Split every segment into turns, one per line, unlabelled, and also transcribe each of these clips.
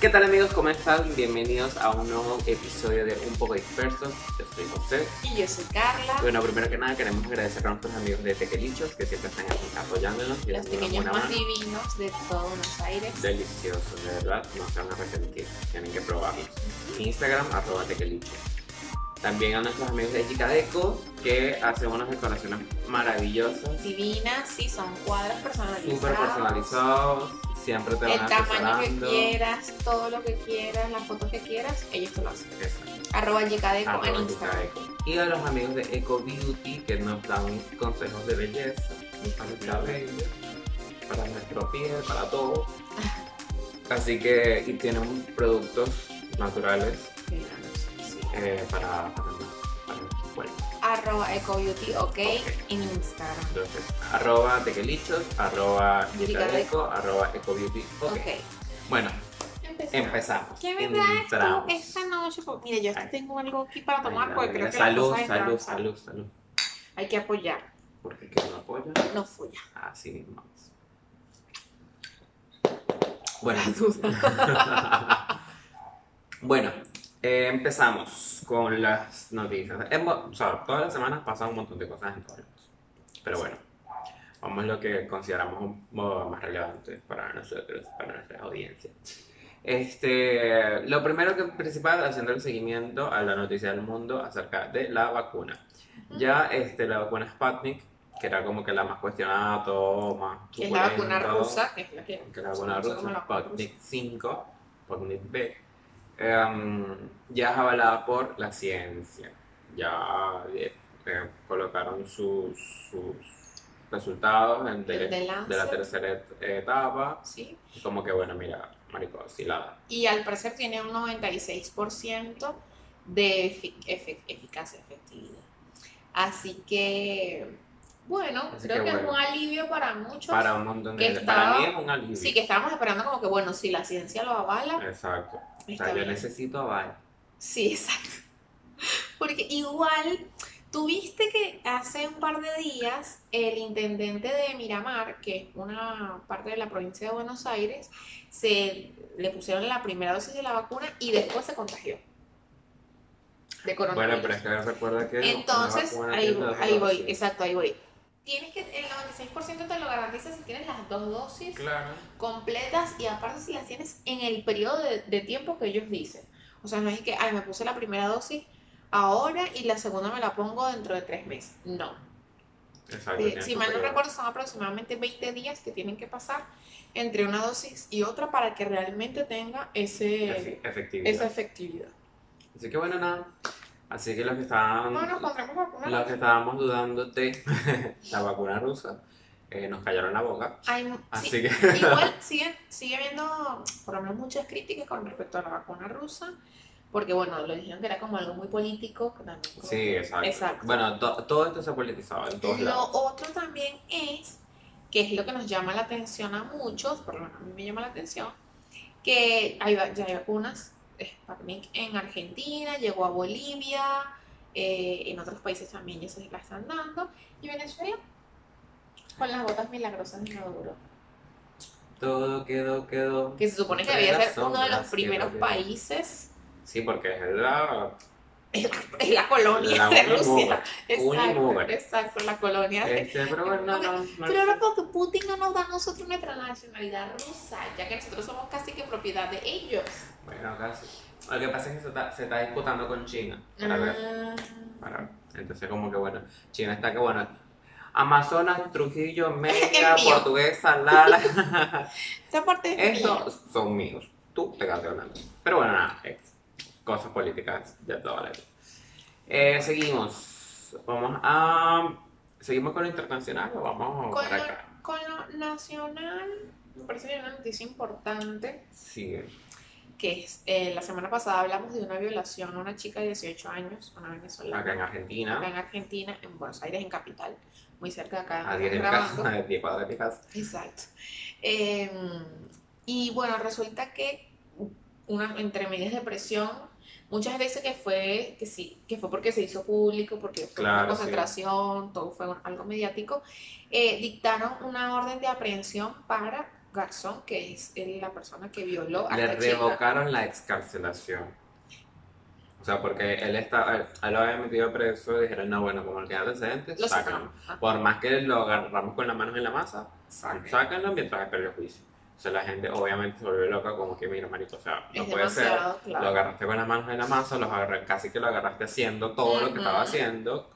chicos, ¿cómo están? Bienvenidos a un nuevo episodio de Un poco Dispersos. Yo soy José.
Y yo soy Carla.
Bueno, primero que nada queremos agradecer a nuestros amigos de Tequelichos que siempre están aquí apoyándonos. y
los
dándonos
pequeños
una
más
mano.
divinos de todo Buenos Aires.
Deliciosos, de verdad, no se van a arrepentir. Tienen que probarlos. Instagram, arroba tequelichos. También a nuestros amigos de Chicadeco que hacen unas decoraciones maravillosas,
Divinas, sí, son cuadros personalizados.
súper personalizados. Siempre te van
El tamaño que
asesorando.
quieras, todo lo que quieras, las fotos que quieras, ellos te lo hacen.
Exacto.
Arroba Yecadeco en
Arroba
Instagram.
Eco. Y a los amigos de Eco Beauty que nos dan consejos de belleza, para nuestra bella, para nuestro piel, para todo. Así que y tienen productos naturales
Sí.
eh, para, para, para nuestro cuerpo.
Arroba EcoBeauty, ok,
Ok.
en Instagram.
Entonces, arroba tequelichos, arroba Eco,
Yicadeco.
arroba Eco Beauty.
Ok,
ok. Bueno,
empezamos.
empezamos.
¿Qué me traes tú
Entramos.
esta noche? Pues, mira, yo hasta
Ay.
tengo algo aquí para
Ay,
tomar
la
porque creo
verdad.
que la
Salud,
cosa es
salud,
danza.
salud, salud.
Hay que apoyar,
Porque que no apoya.
no fuya.
Así mismo. es. Bueno.
La duda.
bueno, eh, empezamos con las noticias. Hemos- o sea, todas las semanas pasan un montón de cosas en todos lados. Pero bueno, vamos a lo que consideramos un modo más relevante para nosotros, para nuestra audiencia. Este, lo primero que principal, haciendo el seguimiento a la noticia del mundo acerca de la vacuna. Ya este, la vacuna Sputnik, que era como que la más cuestionada, todo más
Que es la vacuna
suculento,
rusa, que es la que
que la vacuna
No sé cómo
rusa,
la vacuna
Sputnik 5, Sputnik B, em, ya es avalada por la ciencia. Ya eh, eh, colocaron sus, sus resultados en de,
El de
de la
Lancet.
tercera et- etapa.
sí.
Y Como que bueno, mira, marico, si la
Y al parecer tiene un 96% de efi- efe- eficacia, efectividad. Así que, bueno,
Así
creo
que
que es
bueno.
un alivio para muchos.
para un montón de
que
gente- para mí
estaba-
es un alivio.
Sí, que estábamos esperando como que, bueno, si la ciencia lo avala,
Exacto. O
está
sea, yo
bien.
necesito aval.
Sí, exacto. Porque igual, tuviste que hace un par de días el intendente de Miramar, que es una parte de la provincia de Buenos Aires, se le pusieron la primera dosis de la vacuna y después se contagió de
Bueno, pero
coronavirus.
es que recuerda que una
Entonces,
vacuna
ahí,
tiene dos
ahí voy,
dosis.
exacto, ahí voy. Tienes que, el 96% te lo garantiza si tienes las dos dosis
Claro.
completas y aparte si las tienes en el periodo de, de tiempo que ellos dicen. O sea, no es que, ay, me puse la primera dosis ahora y la segunda me la pongo dentro de tres meses. No.
Exacto.
Eh,
tiene
si
su
mal no
pues periodo.
recuerdo, son aproximadamente 20 días que tienen que pasar entre una dosis y otra para que realmente tenga ese,
Efe- Efectividad.
eh, esa efectividad.
Así que bueno, nada. Así que los que estaban,
No nos pondremos
los
vacunados.
que estábamos dudando de la vacuna rusa, eh, nos callaron la boca.
Ay, sí,
Así que
Igual siguen, sigue habiendo por lo menos muchas críticas con respecto a la vacuna rusa, porque bueno, lo dijeron que era como algo muy político. que también como
sí, exacto.
Exacto.
Bueno, to- todo esto se ha politizado en todos
Lo
lados.
otro también es, que es lo que nos llama la atención a muchos, por lo menos a mí me llama la atención, que hay, va- ya hay vacunas Sputnik en Argentina, llegó a Bolivia, eh, en otros países también ya se la están dando, y Venezuela con las botas milagrosas de Maduro,
Todo quedó, quedó.
que se supone que
Entre
debía
las
ser uno de
sombras,
los
sí,
primeros
también.
países
Sí, porque es la,
en la colonia
la
de
Unimog.
Rusia. Exacto,
Unimog.
exacto, la colonia de
Este, pero bueno, no, no, no.
Pero ahora porque Putin no nos da a nosotros nuestra nacionalidad rusa, ya que nosotros somos casi que propiedad de ellos.
Bueno, casi. Lo que pasa es que se está, se está disputando con China.
Mm.
Para ver.
Ah,
Para- entonces como que bueno, China está que bueno. Amazonas, Trujillo, Mérida,
mío.
Portuguesa, Lala.
Esta parte es mía.
Estos son míos. Tú te quedaste hablando. Pero bueno, nada, ex. cosas políticas de toda la vida. Eh, seguimos. Vamos a. ¿Seguimos con lo internacional o vamos
Con
para
lo-
acá?
Con lo nacional, me parece que hay una noticia importante,
Sigue.
que es, eh, la semana pasada hablamos de una violación a una chica de 18 años, una venezolana,
Acá en
acá
Argentina.
en Argentina, en Buenos Aires, en Capital, muy cerca de acá,
A 10 de mi
grabando.
Ah, casa, a 10 cuadras de mi casa.
Exacto. Eh, y bueno, resulta que unas entre medias de presión, muchas veces que fue, que sí, que fue porque se hizo público, porque fue una
Claro, sí.
concentración, todo fue un- algo mediático, eh, dictaron una orden de aprehensión para Garzón, que es el- la persona que violó a
Le
esta chica.
revocaron la excarcelación. O sea, porque él estaba, él, él lo había metido preso y dijeron, no, bueno, como el que hay antecedentes,
Lo
sácalo.
sacaron. Ah,
Por más que lo agarramos con las manos en la masa,
saca.
sácalo mientras espera el juicio. O sea, la gente obviamente se volvió loca como que, mira, marico, o sea, no
es
puede ser.
demasiado
Lo
claro.
agarraste con las manos en la masa, los agarra- casi que lo agarraste haciendo todo lo que
Ujú.
estaba haciendo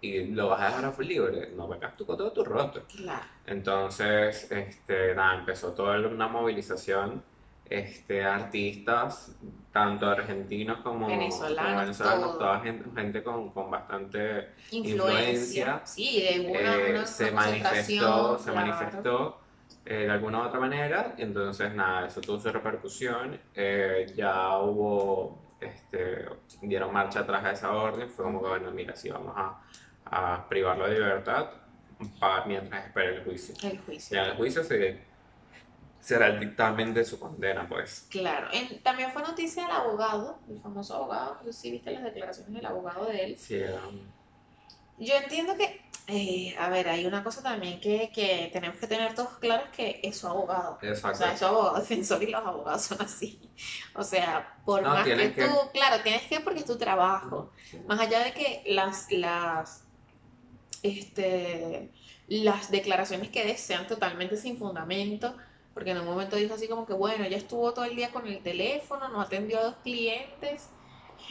y lo vas a dejar a libre. No pegas tú con todo tu rostro.
Claro.
Entonces, este, nada, empezó toda una movilización, este, artistas, tanto argentinos como
Venezolanos,
como venezolanos,
todo.
toda gente, gente con, con bastante, Influencia.
Influencia. Sí, de una,
eh,
una
se
concentración,
manifestó, se
claro.
manifestó eh, de alguna u otra manera, entonces nada, eso tuvo su repercusión, eh, ya hubo, este, dieron marcha atrás a esa orden, fue como que bueno, mira, sí vamos a, a privarlo de libertad pa- mientras espera el juicio.
El juicio.
Ya en el juicio se será el dictamen de su condena, pues.
Claro, En- también fue noticia del abogado, el famoso abogado, no sé si viste las declaraciones del abogado de él.
Sí, um,
Yo entiendo que, eh, a ver, hay una cosa también que, que tenemos que tener todos claros que es su abogado. O sea, es
exacto.
su abogado defensor y los abogados son así. O sea, por
No,
más que
tienes
tú,
que-
claro, tienes que porque es tu trabajo. Más allá de que las, las, este, las declaraciones que des sean totalmente sin fundamento, porque en un momento dijo así como que, bueno, ella estuvo todo el día con el teléfono, no atendió a dos clientes,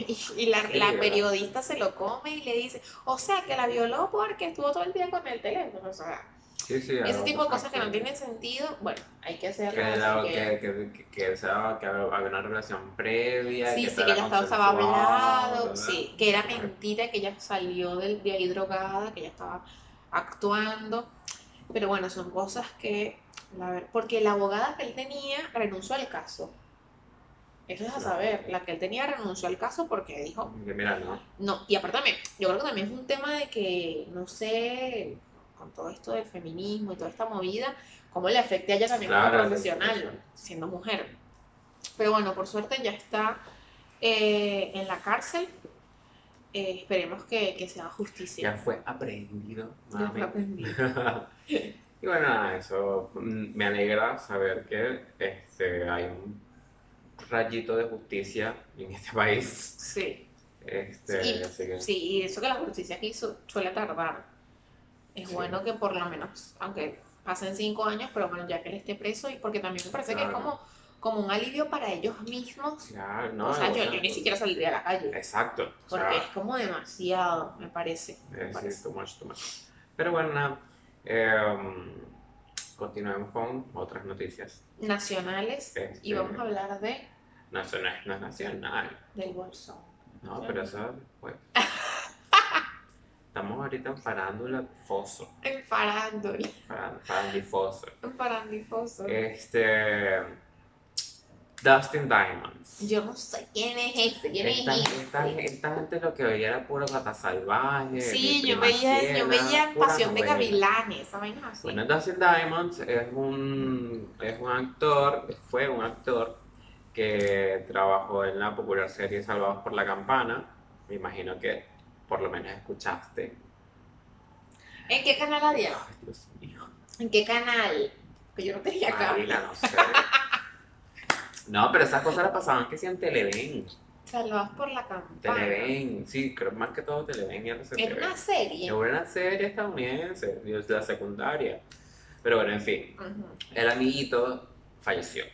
y, y la,
Sí,
la
¿verdad?
periodista se lo come y le dice, o sea, que la violó porque estuvo todo el día con el teléfono, o sea,
Sí, sí,
ese
algo
tipo de
así.
cosas que no tienen sentido, bueno, hay que
Que,
hacerlo. así
la-
que-
que, que, que, que sea- que había una relación previa.
Sí,
que
sí,
se
que
había
ella estaba, estaba
consensuado,
hablado,
¿verdad?
sí, que era mentira, que ella salió del, de ahí drogada, que ella estaba actuando. Pero bueno, son cosas que, la ver, porque la abogada que él tenía renunció al caso. Eso es a
Claro.
saber, la que él tenía renunció al caso porque dijo,
Que mira, no.
no, y aparte también, yo creo que también es un tema de que, no sé, con todo esto del feminismo y toda esta movida, cómo le afecte a ella también
Claro,
como
sí,
profesional,
sí, sí.
siendo mujer. Pero bueno, por suerte ya está eh, en la cárcel. Eh, esperemos que, que sea
Ya
justicia.
fue aprendido
Ya fue
nuevamente.
aprendido.
Y bueno, nada, eso mm, me alegra saber que este, hay un rayito de justicia en este país.
Sí,
Este,
Y-
así que-
sí, y eso que la justicia aquí su- suele tardar. Es
Sí.
bueno que por lo menos, aunque pasen cinco años, pero bueno, ya que él esté preso, y porque también me parece que es
Claro.
como, como un alivio para ellos mismos.
Claro, no,
o sea, yo,
bueno,
yo ni siquiera saldría a la calle,
Exacto. o
porque
sea,
es como demasiado, me parece. me
Eh,
parece.
sí, too much, too much. Pero bueno, nada, eh, continuemos con otras noticias.
Nacionales, y
Este,
vamos a hablar de,
No, eso no es, no es nacional.
del Warzone.
No, pero eso, pues. Estamos ahorita en farándula foso.
En farándula,
farán- Farandifoso.
en farandifoso.
Eh. Este. Dustin Diamonds.
Yo no sé quién es ese, quién
Esta,
es
esta,
ese.
esta gente lo que veía era puro gata salvaje.
Sí,
Mi
yo
Prima
veía, yo
Ciega,
veía
pura
Pasión de
novela.
Gavilanes, esa vaina así.
Bueno, Dustin Diamonds es un, es un actor, fue un actor que trabajó en la popular serie Salvados por la Campana. Me imagino que por lo menos escuchaste.
¿En qué canal la dieron?
Ay, Dios mío.
¿En qué canal? Que yo no tenía
Ah,
cable.
Ávila, no sé. No, pero esas cosas las pasaban que sí en Televen.
Salvados por la campana.
Televen, sí, creo más que todo Televen y RCTV.
Era Ah. una serie.
Era una serie estadounidense, de la secundaria. Pero bueno, en fin,
Ujú.
el amiguito falleció.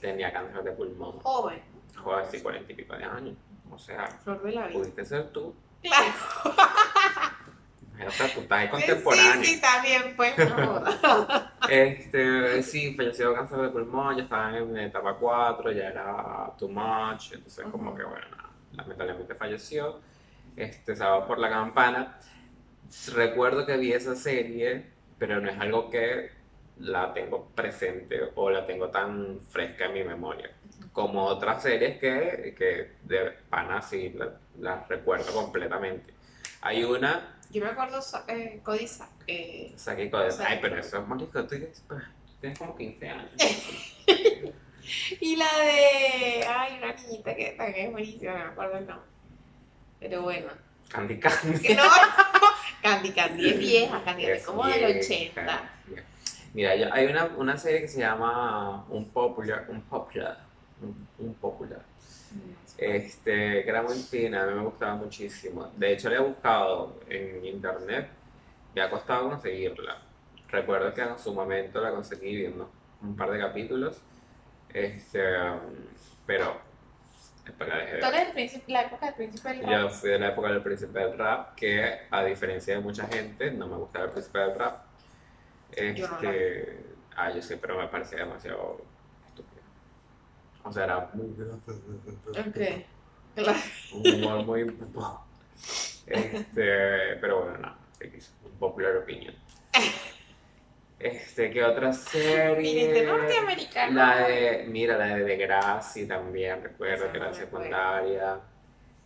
Tenía cáncer de pulmón.
Joven.
Joder, sí, cuarenta y pico de años. O sea,
Flor de la vida.
pudiste ser tú.
Claro.
Era facultad
Sí,
contemporáneo.
sí, también, pues. No.
Este, sí, falleció de cáncer de pulmón, ya estaba en etapa 4, ya era too much, entonces como
Ujú.
que bueno, nada, lamentablemente falleció. Este, sábado por la campana. Recuerdo que vi esa serie, pero no es algo que la tengo presente o la tengo tan fresca en mi memoria. Como otras series que, que de pana sí la- las recuerdo completamente. Hay una,
Yo me acuerdo, eh, Codiza. Eh,
saqué con ay,
Saqué.
pero eso es marico, tú tienes, tienes como 15 años.
y la de. Ay, una niñita que también es buenísima, no me acuerdo el nombre. Pero bueno.
Candy Candy.
Que no. Candy Candy es vieja, Candy Candy es como del 80.
Mira, yo- hay una, una serie que se llama Un Popular, Un Popular, Un, Un Popular, este, que era muy fina, a mí me gustaba muchísimo. De hecho, la he buscado en internet, me ha costado conseguirla. Recuerdo que en su momento la conseguí viendo un par de capítulos, este, pero después la dejé de
Tú eres el príncipe- la época del príncipe del
yo
rap.
fui de la época del príncipe del rap, que a diferencia de mucha gente, no me gustaba el príncipe del rap.
Yo no
Este, ah, yo sé, pero me parecía demasiado estúpido. O sea, era muy
Ok. Claro.
un humor muy este pero bueno nada X, un popular opinion este qué otra serie
Miren, de norteamericano.
Eh, la de mira la de Degrassi también recuerdo
Esa
que
no
era
me
secundaria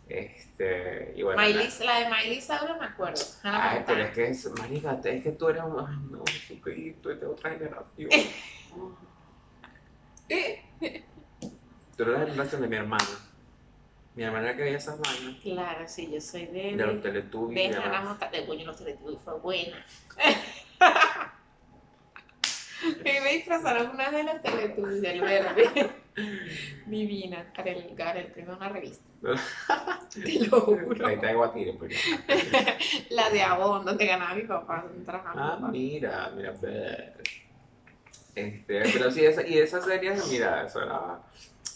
este y bueno
Miley-
la-
la de Miley Cyrus me acuerdo. Hannah
Ay, pero
Montana.
es que es, marica, es que tú eres un, ay, no, tú, tú eres de otra generación.
Eh,
Tú eres de la generación de mi hermana. Mi hermana que veía esas vainas,
Claro, sí, yo soy de.
de los Teletubbies y
de Hannah
demás.
Montana. De Bueno, los Teletubbies fue buena. Y me disfrazaron una de las Teletubbies del verde. Divina. Para el lugar, el premio de una revista. Te lo juro.
Ahí te hago a ti después.
La de Avon, donde ganaba mi papá. donde trabajaba
Ah,
mi papá.
mira, mira, ver. Este, pero sí, esa, y esas series, mira, eso era,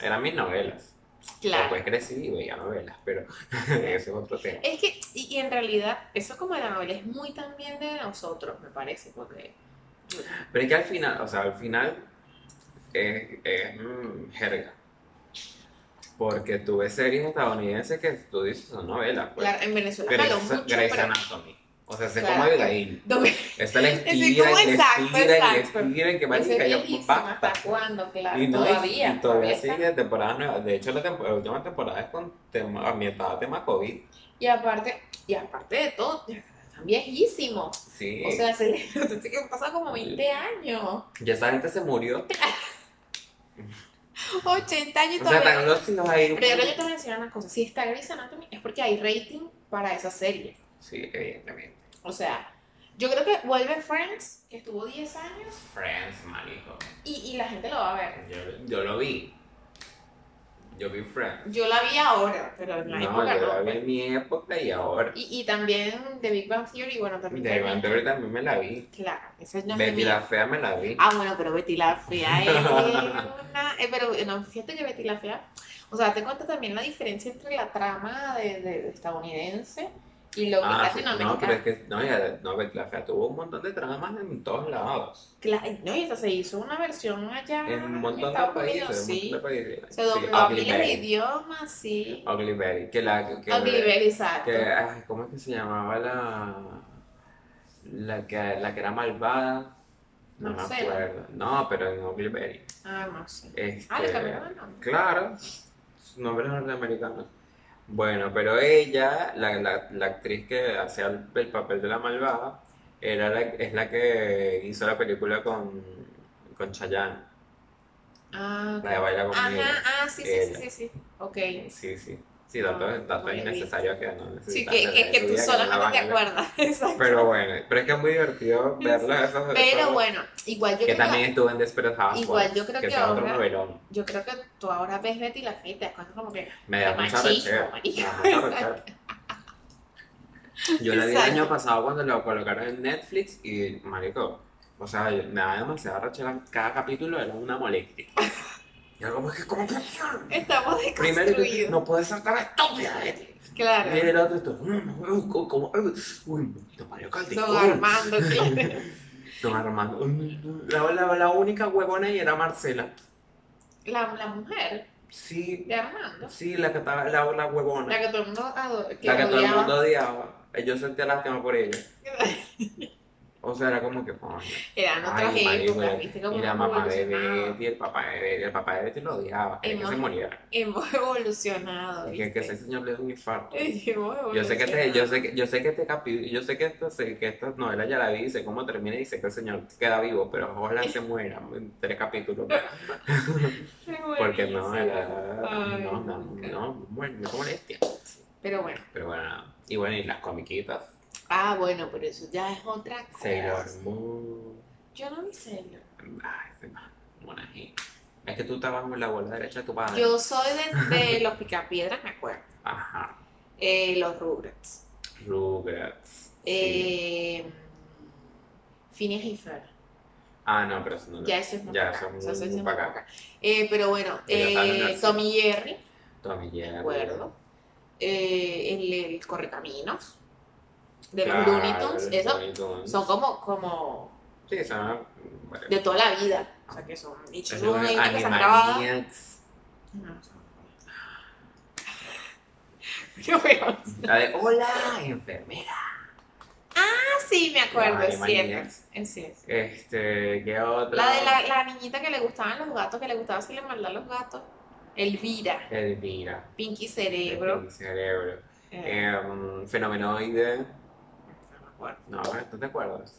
eran mis novelas.
Claro.
Después crecí y veía novelas, pero ese es otro tema.
Es que, y, y en realidad, eso como de la novela es muy también de nosotros, me parece, porque.
Pero es que al final, o sea, al final es, es, mm, jerga. Porque tuve series estadounidenses que tú dices son novelas, pues.
Claro, en Venezuela
pero
jaló
esa es
mucho,
Grey's
pero.
Anatomy. O sea, se
Claro.
come Abigail.
Donde-
Esta la
como
estira y le
exacto,
estira y le
exacto.
estira y que
Esa
marica,
es
yo,
viejísima,
basta.
¿hasta cuándo? Claro,
Y no, y-
todavía.
y todavía
está.
sigue temporadas nuevas. De hecho, la, tempo- la última temporada es con tema, ambientada a tema COVID.
Y aparte, y aparte de todo, ya están viejísimos.
Sí.
O sea, se le, entonces, que han pasado como 20 años,
ya esa gente se murió.
80 años y
O sea,
todavía.
están los hijos ahí.
pero yo creo que te voy a mencionar una cosa: si está Grey's Anatomy es porque hay rating para esa serie.
Sí, eh, evidentemente.
O sea, yo creo que vuelve Friends, que estuvo 10 años,
Friends, marico.
y, y la gente lo va a ver.
Yo, yo lo vi. Yo vi Friends.
Yo la vi ahora, pero en la
no,
época
yo la
no. pues.
vi en mi época y ahora.
Y, y también The Big Bang Theory, bueno, también.
De Van Theory también me la vi.
Claro, esa es una
Betty la Fea me la vi.
Ah, bueno, pero Betty la Fea es una... eh, pero no, fíjate que Betty la Fea... O sea, te cuenta también la diferencia entre la trama de, de- de estadounidense y lo que
Ah,
es
sí, no, pero es
latinoamericana.
que no, ya, no, Betty la Fea tuvo un montón de tramas en todos lados.
Cla- No, y hasta se hizo una versión allá
En un montón de
Ah, Estados
países,
Unidos,
en un
sí.
montón de países.
Se
Sí,
dobló a
Ugly
miles de
Betty.
idiomas, sí.
Ugly Betty, que la que,
Ugly Betty, exacto.
que- ay, ¿cómo es que se llamaba la la que la que era malvada? No me
Marcela.
acuerdo. No, pero en Ugly Betty.
Ah, no sé.
Este,
Ah, le cambiaron el nombre.
Claro, su nombre es norteamericano. Bueno, pero ella, la, la- la actriz que hacía el, el papel de la malvada, era la- es la que hizo la película con, con Chayanne,
Ah, ok.
la de Baila Conmigo.
Ajá, ah, sí, sí, sí,
Ella.
sí, sí. Ok.
Sí, sí. Sí, tanto,
Ah,
tanto
no la he
innecesario que no
Sí,
necesitas
que,
saber
que, que
tu
tú
vida, no la
solamente te
vaina.
acuerdas. Exacto.
Pero bueno, pero es que es muy divertido verla. esas-
Pero
esas-
bueno, igual yo
Que
creo
también
que,
estuvo en Desperate Housewives,
Igual yo creo
que
que
sea otro
ahora-
novelón.
yo creo que tú ahora ves Betty la fe y te das cuenta como que
Me da
De
mucha
machismo,
rechera.
marica.
me da mucha rechera. Yo la vi el
Exacto.
año pasado cuando lo colocaron en Netflix y, marico, o sea, yo- me da demasiada rechera. Cada capítulo era una molestia. Y algo como que, ¿cómo que son?
estamos
Primero, y tú,
desconstruidos.
no puedes saltar a estúpida. eh.
Claro,
Y el otro, esto, mm, uy, co- como, uy, uy, maldito Mario Caldi.
don
uy,
Armando, claro.
Don Armando. uy, uy. mm, La, la- la única huevona ahí era Marcela.
La, la mujer
Sí,
de Armando,
sí, la que estaba, la, la huevona.
la que todo el mundo adora, que
La que todo el
odiaba.
mundo odiaba. Eh, Yo sentía lástima por ella. O sea, era como que, coño.
Eran otras
Ay, marico,
épocas, viste como
Y la mamá de
evolucionado.
Betty, el papá de Betty, el papá de Betty lo odiaba. Quería que
Hemos-
se muriera.
Hemos evolucionado,
Y
¿viste?
Que, que ese señor le dio un infarto.
Hemos
Yo sé que este,
evolucionado.
yo sé que, yo sé que este capi- yo sé que esta, se- que esta novela ya la vi, sé cómo termina y sé que el señor queda vivo, pero ojalá se muera en tres capítulos.
Qué
Porque no,
buenísimo.
era,
Ay,
no, no,
nunca.
no, bueno, no molestia.
Pero bueno,
Pero bueno, y bueno, y las comiquitas.
ah, bueno, pero eso ya es otra cosa.
Sailor Moon.
Yo no vi serio.
Ay, se va, una gente. Es que tú estabas en la bola derecha de tu padre.
Yo soy de, de los picapiedras, me acuerdo.
Ajá.
Eh, los Rugrats.
Rugrats. sí.
Eh, Phineas y Ferb.
Ah, no, pero eso no lo-
Ya eso es muy
Ya,
para acá,
eso es
eso
muy-
es
muy
muy
para
para acá. Eh, pero bueno,
Ellos están en
eh,
el-
Tom y Jerry,
Tommy Jerry.
me acuerdo. Eh, el, el Correcaminos. De los
Claro,
Looney Tunes.
los
Eso
Looney Tunes.
son como, como
Sí, son. bueno,
de toda la vida. O sea, que son dichos
los
Looney Tunes que se han grabado.
Animaniacs.
No, no sé. Pero bueno,
La de Hola, enfermera.
ah, sí, me acuerdo,
Los
es cierto.
Animaniacs.
Es cierto.
Este, ¿qué otro?
La de la, la niñita que le gustaban los gatos, que le gustaba hacerle maldad a los gatos. Elvira,
Elvira.
Pinky
de
Cerebro.
Pink Cerebro.
eh,
Em, fenomenoide.
no me acuerdo.
No, ¿tú te acuerdas?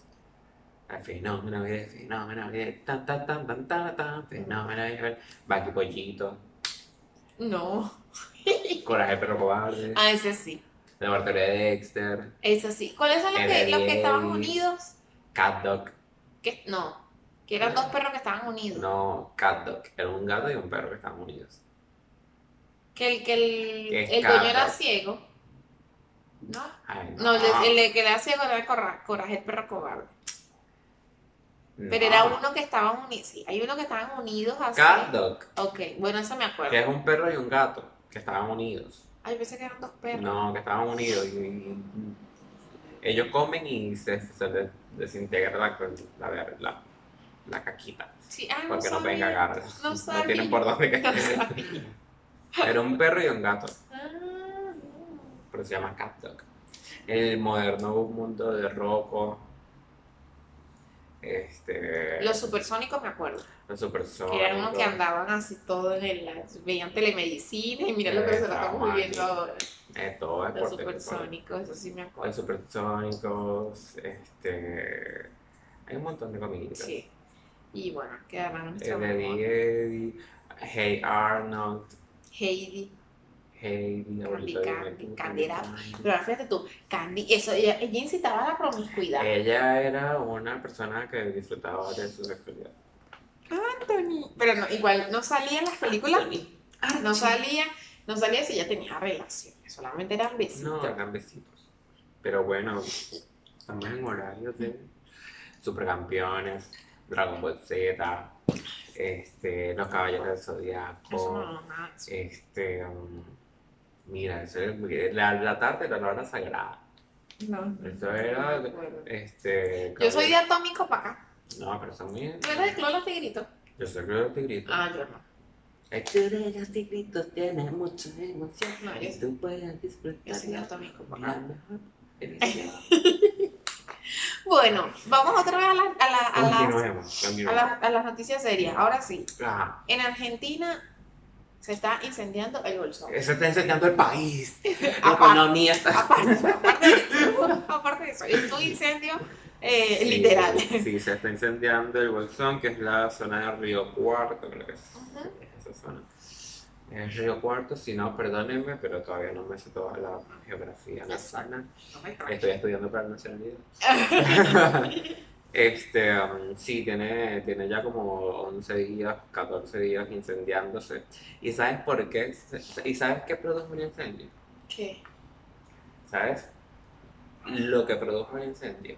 Ay, Fenómenoide, fenómenoide. Tan, tan, tan, tan, tan, tan. Fenómenoide. Baki Pollito.
No.
Coraje Perro Cobarde.
Ah, ese sí.
Laboratorio de Dexter.
Ese sí. ¿Cuáles son los que,
Era
los que estaban
bien.
unidos?
Cat Dog.
Que, no. Que eran dos perros que estaban unidos.
No, Cat Dog. Era un gato y un perro que estaban unidos.
Que el, que el,
Que es
el dueño era
cabra.
ciego. No.
Ay,
No, el, de- el de que era ciego era Corra- Coraje el perro cobarde. Pero
No.
era uno que estaban unidos. Sí, hay uno que estaban unidos así.
Cat Dog,
Ok, bueno, eso me acuerdo.
que es un perro y un gato, que estaban unidos.
Ay, pensé que eran dos perros.
No, que estaban unidos. Y, y- ellos comen y se, se les desintegra la, la, la, la caquita.
Sí, ah, no
Porque no pueden
sabía.
cagar.
No sabía.
tienen por dónde
No
cagar.
sabía.
Era un perro y un gato,
Ah,
pero se llama Cat Dog. El moderno mundo de Rocco. Este.
Los supersónicos me acuerdo.
los
Que eran unos que
supersónicos.
andaban así todos en la. Veían telemedicina y mira lo que
Eh,
se lo estamos
estaban
viviendo
ahí.
ahora.
Eh, todo es
Los
por teléfono.
supersónicos, eso sí me
Los
acuerdo.
supersónicos, este. Hay un montón de comiditas.
Sí. Y bueno, quedaron
Eh,
nuestro
Daddy
amor.
Eddie, Hey Arnold,
Heidi.
Hey
Candy,
Laboratorio de
Candy,
Dexter,
Candy era-
Candy.
Pero ahora fíjate tú, Candy, eso, ella, ella incitaba a la promiscuidad.
Eh. Ella era una persona que disfrutaba de su sexualidad.
Anthony. Pero no, igual no salía en las películas. ah,
Ah,
No salía, no salía si ya tenía relaciones. Solamente eran
No,
besitos.
eran besitos. Pero bueno, estamos en horarios de supercampeones, Dragon Ball Z, este, los caballeros del
Eso
Zodiaco.
no, nada de eso.
Este, um, mira, eso es- la, la tarde era la hora sagrada.
No,
Eso
no
era-
me acuerdo.
Este,
Yo soy de atómico para acá.
No, pero son muy.
¿Tú eres de Club de los Tigritos?
Yo soy de los tigritos.
Ah, yo no.
El club de los tigritos tiene mucha emoción.
No, yo,
Y tú puedes
yo soy de
disfrutarla
atómico
con
para
la
acá.
mejor emoción.
Bueno, vamos otra vez a, la- a, la- a las,
Continuemos,
a,
continuemos.
las, a las noticias serias. Ahora sí.
Ajá.
En Argentina se está incendiando el bolsón.
Se está enseñando el país. La
Aparte,
economía está.
aparte, aparte de eso, aparte de eso, es un incendio eh,
Sí,
literal.
Sí, se está incendiando el Bolsón, que es la zona de Río Cuarto, creo que es
Ujú.
esa zona. Es Río Cuarto, si no, perdónenme, pero todavía no me sé toda la geografía nacional.
No me extraña.
Estoy estudiando para la nacionalidad. este, um, sí, tiene, tiene ya como 11 días, 14 días incendiándose. ¿Y sabes por qué? ¿Y sabes qué produjo un incendio?
¿Qué?
¿Sabes? Lo que produjo el incendio.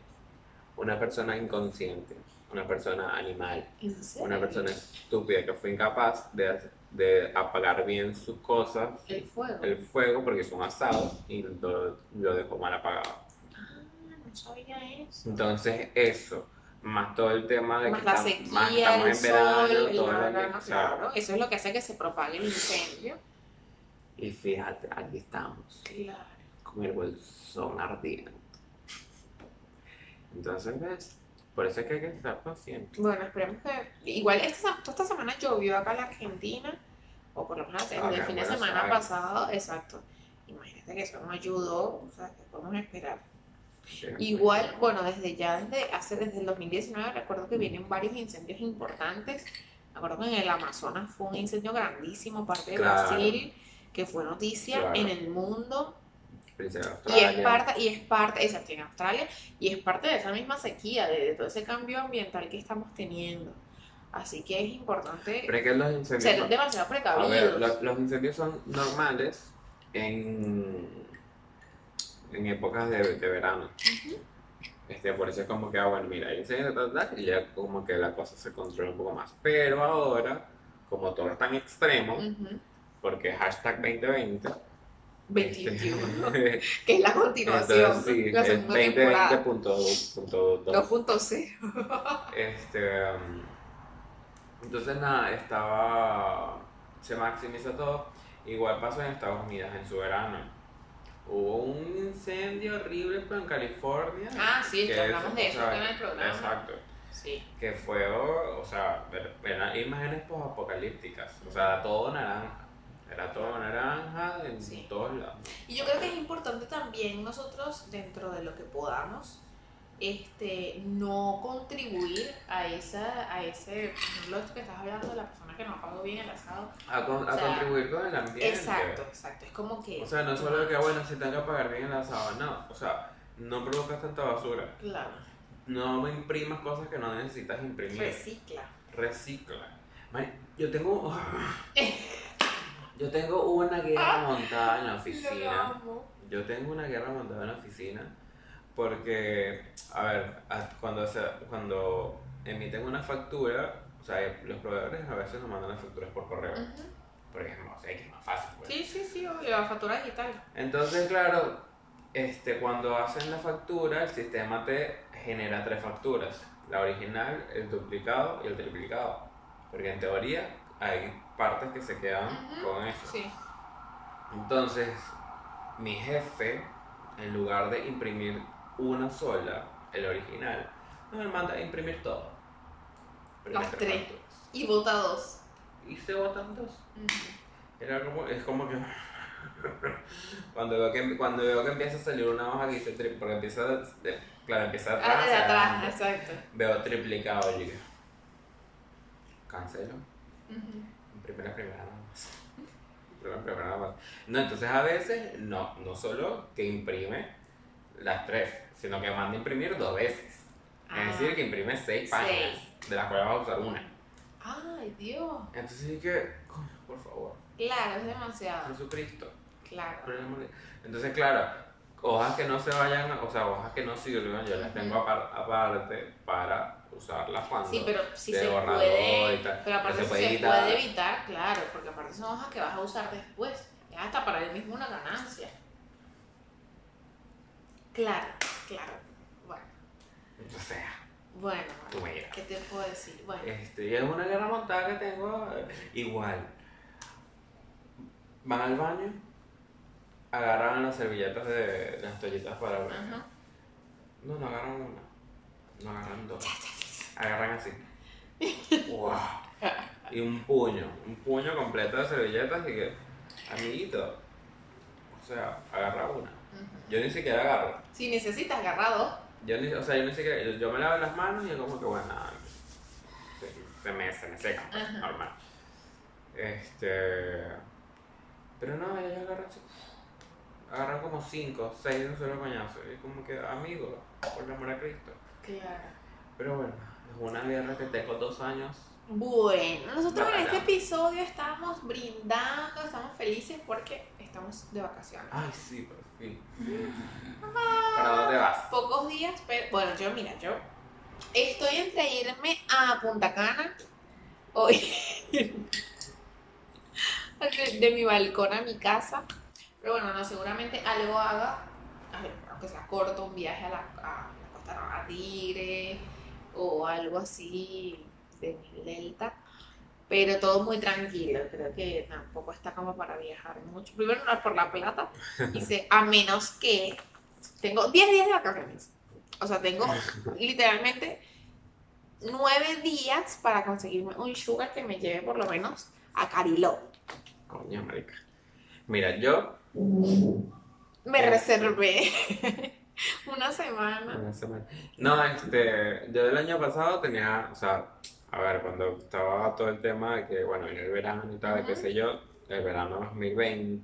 Una persona inconsciente, una persona animal,
¿En serio?
una persona estúpida que fue incapaz de, de apagar bien sus cosas,
El fuego.
el fuego, porque hizo un asado y lo, lo dejó mal apagado.
Ah, no sabía eso.
Entonces, eso, más todo el tema de
Más
que
la
estamos- más
sequía, el
estamos en verano,
sol, el
todo el
verano,
ambiente, o sea,
claro. Eso es lo que hace que se propague el incendio.
Y fíjate, aquí estamos.
Claro.
con el bolsón ardiendo. Entonces, ¿ves? Por eso es que hay que estar consciente.
Bueno, esperemos que. Igual esta, toda esta semana llovió acá en la Argentina, o por lo menos desde
Acá
el
en
fin de
Buenos
semana
Aires.
pasado, exacto. Imagínate que eso nos ayudó, o sea, que podemos esperar.
Sí.
Igual, bueno, desde ya, desde hace desde el 2019, recuerdo que vienen varios incendios importantes. Me acuerdo que en el Amazonas fue un incendio grandísimo, parte de
Claro.
Brasil, que fue noticia
Claro.
en el mundo.
Príncipe de
Y
Australia.
es parte, y es parte, exacto, en Australia, y es parte de esa misma sequía, de, de todo ese cambio ambiental que estamos teniendo. Así que es importante
Pero es que los incendios.
ser demasiado
A
precavidos.
ver, lo- los incendios son normales en, en épocas de, de verano.
Ujú.
Este, por eso es como que, ah, bueno, mira, hay incendios, tal, tal, y ya como que la cosa se controla un poco más. Pero ahora, como todo es tan extremo,
Ujú.
porque hashtag 2020.
2021,
este,
que es la continuación,
entonces, sí,
la
es
segunda temporada,
2020.2.
2.0.
Este, um, entonces nada, estaba, se maximiza todo. Igual pasó en Estados Unidos en su verano. Hubo un incendio horrible pero en California.
Ah, sí,
que
ya hablamos
es-
de
o
eso
sea,
en el programa.
Exacto.
Sí,
Que fue, o, o sea, ver- eran imágenes apocalípticas. O sea, todo naranja. Era todo naranja en
Sí.
todos lados.
Y yo creo que es importante también nosotros, dentro de lo que podamos, este, no contribuir a esa, a ese, por ejemplo, esto que estás hablando de la persona que no pagó bien el asado.
A, con- a
O sea,
contribuir con el ambiente.
Exacto, exacto. Es como que,
O sea, no solo que, bueno, si tengo que pagar bien la sábana, o sea, no provocas tanta basura.
claro,
No imprimas cosas que no necesitas imprimir.
recicla.
Recicla. Mari, yo tengo. yo tengo una guerra montada en la
Ah. Yo lo
oficina.
amo.
Yo tengo una guerra montada en la oficina. Porque, a ver, a- cuando, se, cuando emiten una factura, o sea, los proveedores a veces nos mandan las facturas por correo.
Ujú.
Porque es más, es que es más fácil. pues.
Mm. Sí, sí, sí, obvio, la factura digital.
Entonces, claro, este, cuando hacen la factura, el sistema te genera tres facturas. La original, el duplicado y el triplicado. Porque en teoría hay partes que se quedan
Ujú.
con eso.
Sí.
Entonces, mi jefe, en lugar de imprimir una sola, el original, nos manda a imprimir todo. Imprimir
Las tres.
facturas.
Y vota dos.
Y se botan dos.
Ujú.
Era como, es como que cuando veo que cuando veo que empieza a salir una hoja que dice tri- porque empieza de- claro empieza atrás,
Ah, de
hacia
atrás,
adelante,
exacto.
veo triplicado y digo cancelo
Ujú.
primera primera nada más primera primera nada más no entonces a veces no no solo que imprime las tres sino que manda a imprimir dos veces
Ah.
es decir que imprime seis páginas de las cuales va a usar una
Ay, Dios.
entonces dije "Coño, por favor
Claro, es demasiado.
Jesucristo
Claro.
Por el amor de- Entonces, claro, hojas que no se vayan, o sea, hojas que no sirven, yo las tengo apar- aparte para usarlas cuando.
Sí, pero si
de
se
borrador
puede,
y tal,
pero aparte
no
si
se puede
se
evitar.
puede evitar, claro, porque aparte son hojas que vas a usar después, es hasta para él mismo una ganancia. Claro, claro. Bueno,
O sea,
bueno,
tú
bueno,
me dirás.
¿qué te puedo decir? Bueno,
Este, y es una guerra montada que tengo eh, igual. Van al baño, agarran las servilletas de las toallitas para el baño.
ajá.
No, no agarran una. No agarran dos. Agarran así. ¡Wow! Y un puño. Un puño completo de servilletas y que. Amiguito. O sea, agarra una.
ujú.
Yo ni siquiera agarro.
Si necesitas agarrado,
Yo ni, o sea, yo ni siquiera. Yo, yo me lavo las manos y yo como que bueno. nada, Se, se me, se me secan, pues,
Ajá.
normal. Este. Pero no, ellos agarran así. Agarran como cinco, seis de un solo coñazo. Y como que, amigo, por el amor a Cristo.
claro.
Pero bueno, es una guerra que tengo dos años.
Bueno, nosotros en
Bacala.
este episodio estamos brindando, estamos felices porque estamos de vacaciones.
Ay, sí, por fin. ¿Para dónde vas?
pocos días, pero bueno, yo mira, yo estoy entre irme a Punta Cana o ir- de, de mi balcón a mi casa, pero bueno, no, seguramente algo haga, a- aunque sea corto, un viaje a la, a la costa Nueva Tigre o algo así de mi delta. Pero todo muy tranquilo, creo que tampoco está como para viajar mucho. Primero, no es por la plata, dice, a menos que tengo 10 días de vacaciones. O sea, tengo literalmente 9 días para conseguirme un sugar que me lleve por lo menos a Cariló.
Coño, marica. Mira, yo
Me
Eh.
reservé una semana.
Una semana. No, este, yo del año pasado tenía, o sea, a ver, cuando estaba todo el tema de que, bueno, en el verano y tal, qué
Ujú.
sé yo, el verano 2020,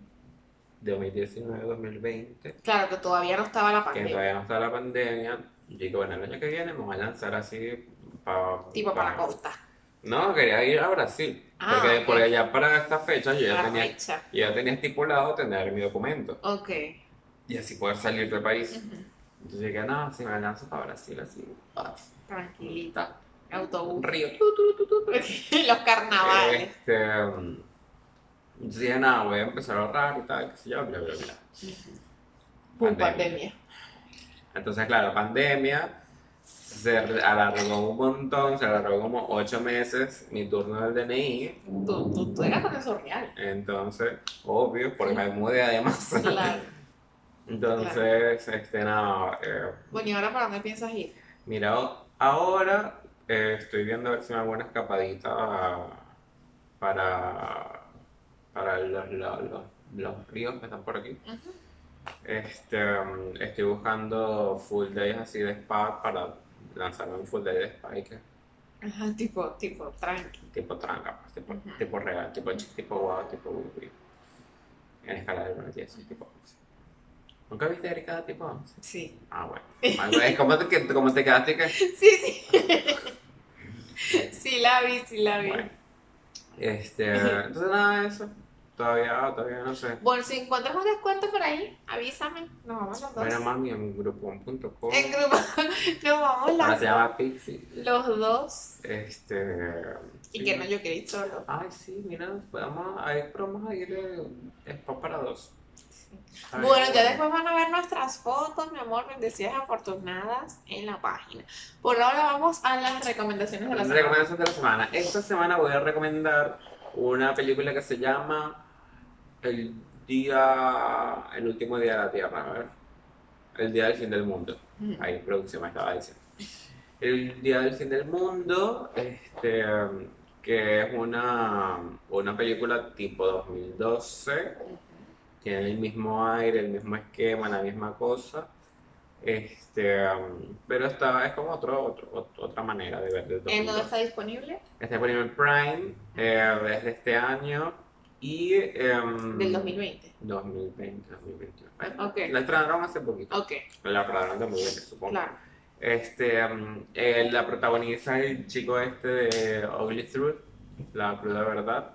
de 2019-2020,
Claro que todavía no estaba la
que
pandemia.
todavía no está la pandemia, yo digo, bueno, el año que viene me voy a lanzar así para...
Tipo para la costa.
No, quería ir a Brasil,
Ah,
porque
ok. Ah,
por allá para esta fecha yo ya
La
tenía,
fecha.
yo ya tenía estipulado tener mi documento
Ok.
y así poder salir del país.
Ujú.
Entonces dije, no, si me lanzo para Brasil, así, paz,
Tranquilita.
ta, un
Autobús.
río, tu, tu, tu, tu, tu.
Los carnavales.
Este, um, entonces dije, nada, voy a empezar a ahorrar y tal, qué sé yo, bla, bla, bla.
Pum,
pandemia.
pandemia.
Entonces, claro, pandemia se alargó un montón, se alargó como ocho meses mi turno del DNI.
Tú, tú, tú eras con eso real.
Entonces, obvio, porque me mudé además.
Claro.
Entonces, este, nada, eh,
Bueno, ¿y ahora para dónde piensas ir?
mira, o- ahora eh, estoy viendo a ver si me hago una escapadita a- para, para los, los- los- los ríos que están por aquí.
Ujú.
Este, mm, estoy buscando full days así de spa para lanzarme un full day de spa y que
Ajá, tipo, tipo, tranqui.
tipo tranca, pues, tipo,
Ujú.
tipo real, tipo ch- tipo guau, tipo wiwi. En escala del 1 al 10, soy tipo 11. ¿Nunca viste Erika tipo 11?
Sí.
Ah, bueno. Algo- Es como te, que- como te quedaste que.
Sí, sí. sí la vi, sí la vi.
Bueno. Este, entonces nada de eso. Todavía, todavía no sé.
Bueno, si encuentras un descuento por ahí, avísame. Nos vamos los dos.
Bueno, mami, en grupo.com.
en grupo. Nos vamos
Ahora
las,
se llama Pixie.
los dos.
Este.
Y que no, yo quería ir solo.
Ay, sí, mira, podemos, hay promos ahí de spa para dos. Ay,
Bueno, ya después van a ver nuestras fotos, mi amor, bendecidas afortunadas en la página. Por ahora vamos a las recomendaciones de la semana.
Recomendación de la semana. Esta semana voy a recomendar una película que se llama El día, el último día de la Tierra, a ver. El día del fin del mundo.
Ujú.
Ahí producción me estaba diciendo. El día del fin del mundo, este, que es una, una película tipo 2012. tiene el mismo aire, el mismo esquema, la misma cosa. Este, um, pero está, es como otro, otro- ot- otra manera de ver de todo.
¿En dónde está disponible?
Está disponible en Este Prime eh, desde este año y em,
Del 2020.
2020, 2021. Bueno,
Ok.
La estrenaron hace poquito.
Ok,
La estrenaron también, supongo.
claro.
Este, um, eh, la protagoniza el chico este de Ugly Truth, la cruda verdad.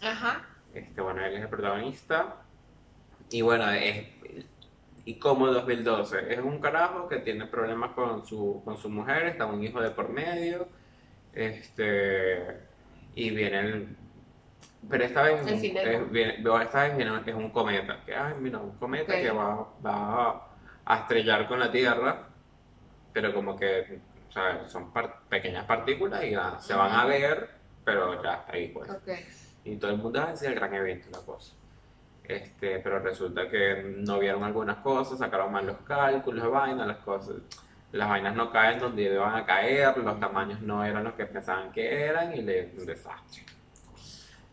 Ajá.
Este, bueno, él es el protagonista. Y bueno, es. Y como 2012. Es un carajo que tiene problemas con su, con su mujer, está un hijo de por medio. Este. Y viene el. Pero esta vez,
El fin del
es-
mundo.
viene- veo esta vez viene- es un cometa. Que, ay, mira, un cometa
Ok.
que va, va a estrellar con la Tierra. Pero como que, o sea, son par- pequeñas partículas y nada, se van a ver, pero ya está ahí, pues.
Ok.
Y todo el mundo decía el gran evento, la cosa. Este, pero resulta que no vieron algunas cosas, sacaron mal los cálculos, las vainas, las cosas. Las vainas no caen donde iban a caer, los tamaños no eran los que pensaban que eran y le, un desastre.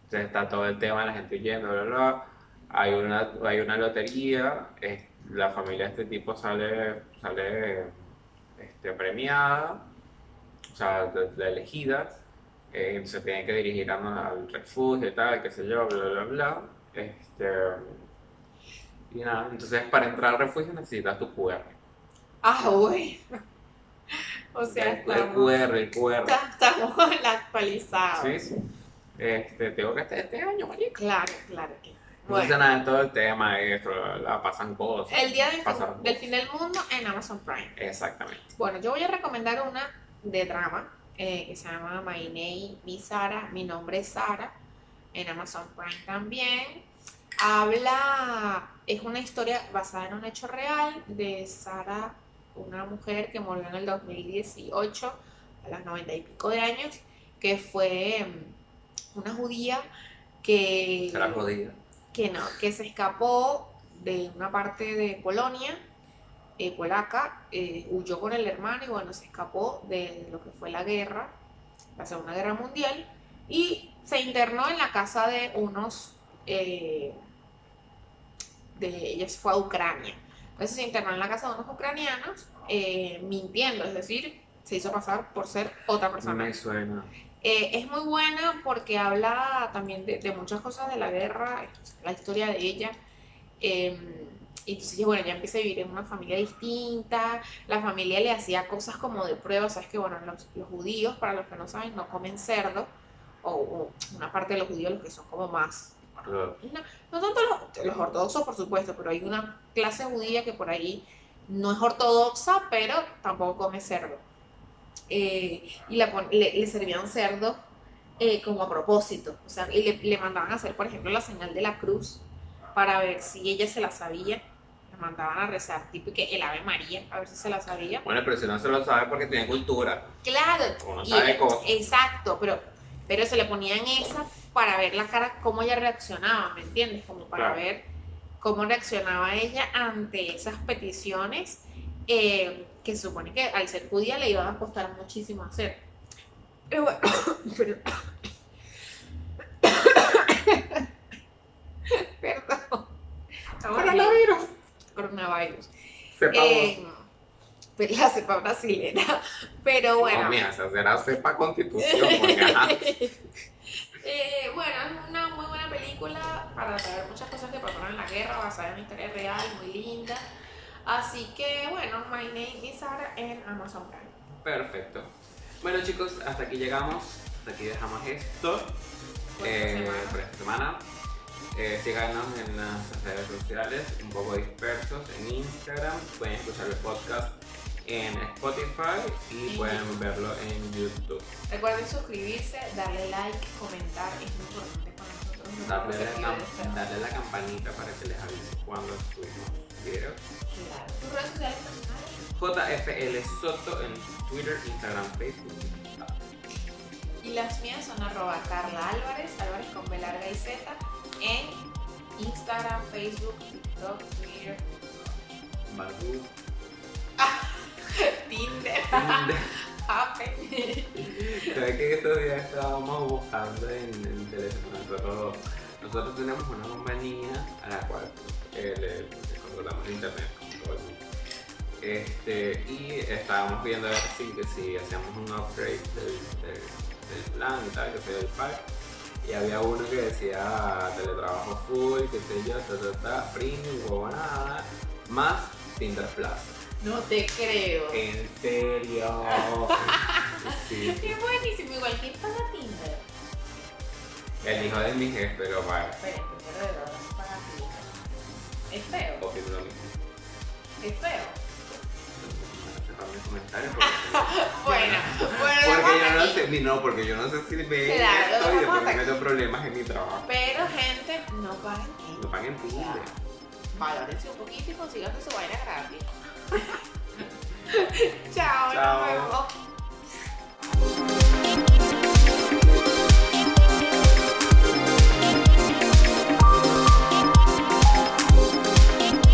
Entonces está todo el tema de la gente huyendo, bla, bla, bla. Hay una, hay una lotería, es- la familia de este tipo sale, sale este, premiada, o sea, de- de elegida eh, se tienen que dirigir a- al refugio y tal, qué sé yo, bla, bla, bla. Este, y nada, entonces para entrar al refugio necesitas tu QR.
Ah, güey. O sea,
el, el
estamos,
QR, el QR.
ta- estamos en la actualizada.
Sí, sí. Este, tengo que estar este año, marico.
Claro, claro. claro.
Entonces
Bueno,
nada, todo el tema, esto, la, la- pasan cosas.
el día del fin-
Pasaron
del
cosas.
fin del mundo en Amazon Prime.
Exactamente.
Bueno, yo voy a recomendar una de drama eh, que se llama My Name, Mi Sara, Mi Nombre es Sara, en Amazon Prime también. Habla, es una historia basada en un hecho real de Sara, una mujer que murió en el 2018 a las 90 y pico de años, que fue mm, una judía que
Será jodida.
que no, que se escapó de una parte de Polonia, eh, polaca, eh, huyó con el hermano y bueno, se escapó de lo que fue la guerra, la Segunda Guerra Mundial, y se internó en la casa de unos, eh, de ella se fue a Ucrania. Entonces se internó en la casa de unos ucranianos, eh, mintiendo, es decir, se hizo pasar por ser otra persona.
Me suena.
Eh, es muy buena porque habla también de, de muchas cosas de la guerra, la historia de ella, Eh, y entonces yo, bueno, ya empecé a vivir en una familia distinta, la familia le hacía cosas como de prueba, sabes que, bueno, los, los judíos, para los que no saben, no comen cerdo, o, o una parte de los judíos, los que son como más,
Claro.
no, no tanto los, los ortodoxos, por supuesto, pero hay una clase judía que por ahí no es ortodoxa, pero tampoco come cerdo. Eh, y la pon- le, le servían cerdo eh, como a propósito, o sea, y le, le mandaban a hacer, por ejemplo, la señal de la cruz para ver si ella se la sabía. La mandaban a rezar, tipo que el Ave María, a ver si se la sabía.
Bueno, pero si no se lo sabe porque tiene cultura,
Claro,
uno
y
sabe
ella-
cosas.
Exacto, pero, pero se le ponían esa para ver la cara, cómo ella reaccionaba, ¿me entiendes? Como para
Claro.
ver cómo reaccionaba ella ante esas peticiones eh, que se supone que al ser judía le iban a costar muchísimo hacer. Pero bueno, pero- Perdón. Estamos en el
Coronavirus.
Coronavirus.
Sepa
Eh, pero la cepa brasilera. Pero
vos. No,
bueno.
mija, esa será sepa constitución, porque ajá.
Eh, bueno, es una muy buena película para saber muchas cosas que pasaron en la guerra, basada en una historia real, muy linda. Así que bueno, my name is Sara en Amazon Prime.
Perfecto. Bueno chicos, hasta aquí llegamos, hasta aquí dejamos esto
Por esta
eh,
semana.
por esta semana. Eh, síganos en las redes sociales, un poco dispersos, en Instagram, pueden escuchar el podcast en Spotify y
Y-
pueden verlo en YouTube.
Recuerden suscribirse, darle like, comentar, es muy importante para nosotros. no
Darle
nos
la,
ayuda, pero-
cam- darle la campanita para que les avise cuando subimos videos.
Claro. Tus redes sociales personales.
JFL Soto en Twitter, Instagram, Facebook.
Y las mías son arroba Carla Álvarez, Álvarez con B larga y Z, en Instagram, Facebook, TikTok, Twitter,
Badoo,
Tinder,
Tinder.
Apple.
¿Sabes que estos días estábamos buscando en el teléfono? Nosotros, nosotros tenemos una compañía a la cual eh, le- le controlamos el internet. como todo el mundo. Este, y estábamos viendo a ver si, que si hacíamos un upgrade del, del, del plan y tal, que sea el pack. Y había uno que decía teletrabajo full, qué sé yo, ta ta ta, premium, huevonada, más Tinder Plus.
No te creo.
En serio. Sí.
Qué buenísimo, igual que paga Tinder.
El hijo de mi jefe lo paga.
Pero el primero de los dos paga Tinder. Es feo,
Porque lo mismo.
es feo.
Cerrar mis comentarios porque-
Bueno, bueno,
Porque yo
dejamos
no
aquí.
sé, no, porque yo no sé si ve
Claro,
esto y después
vamos
me
aquí.
meto problemas en mi trabajo.
Pero gente, no paguen
No
Tinder.
paguen Tinder.
Valórense un poquito y consigan su vaina gratis. Chao,
Chao.
nos vemos.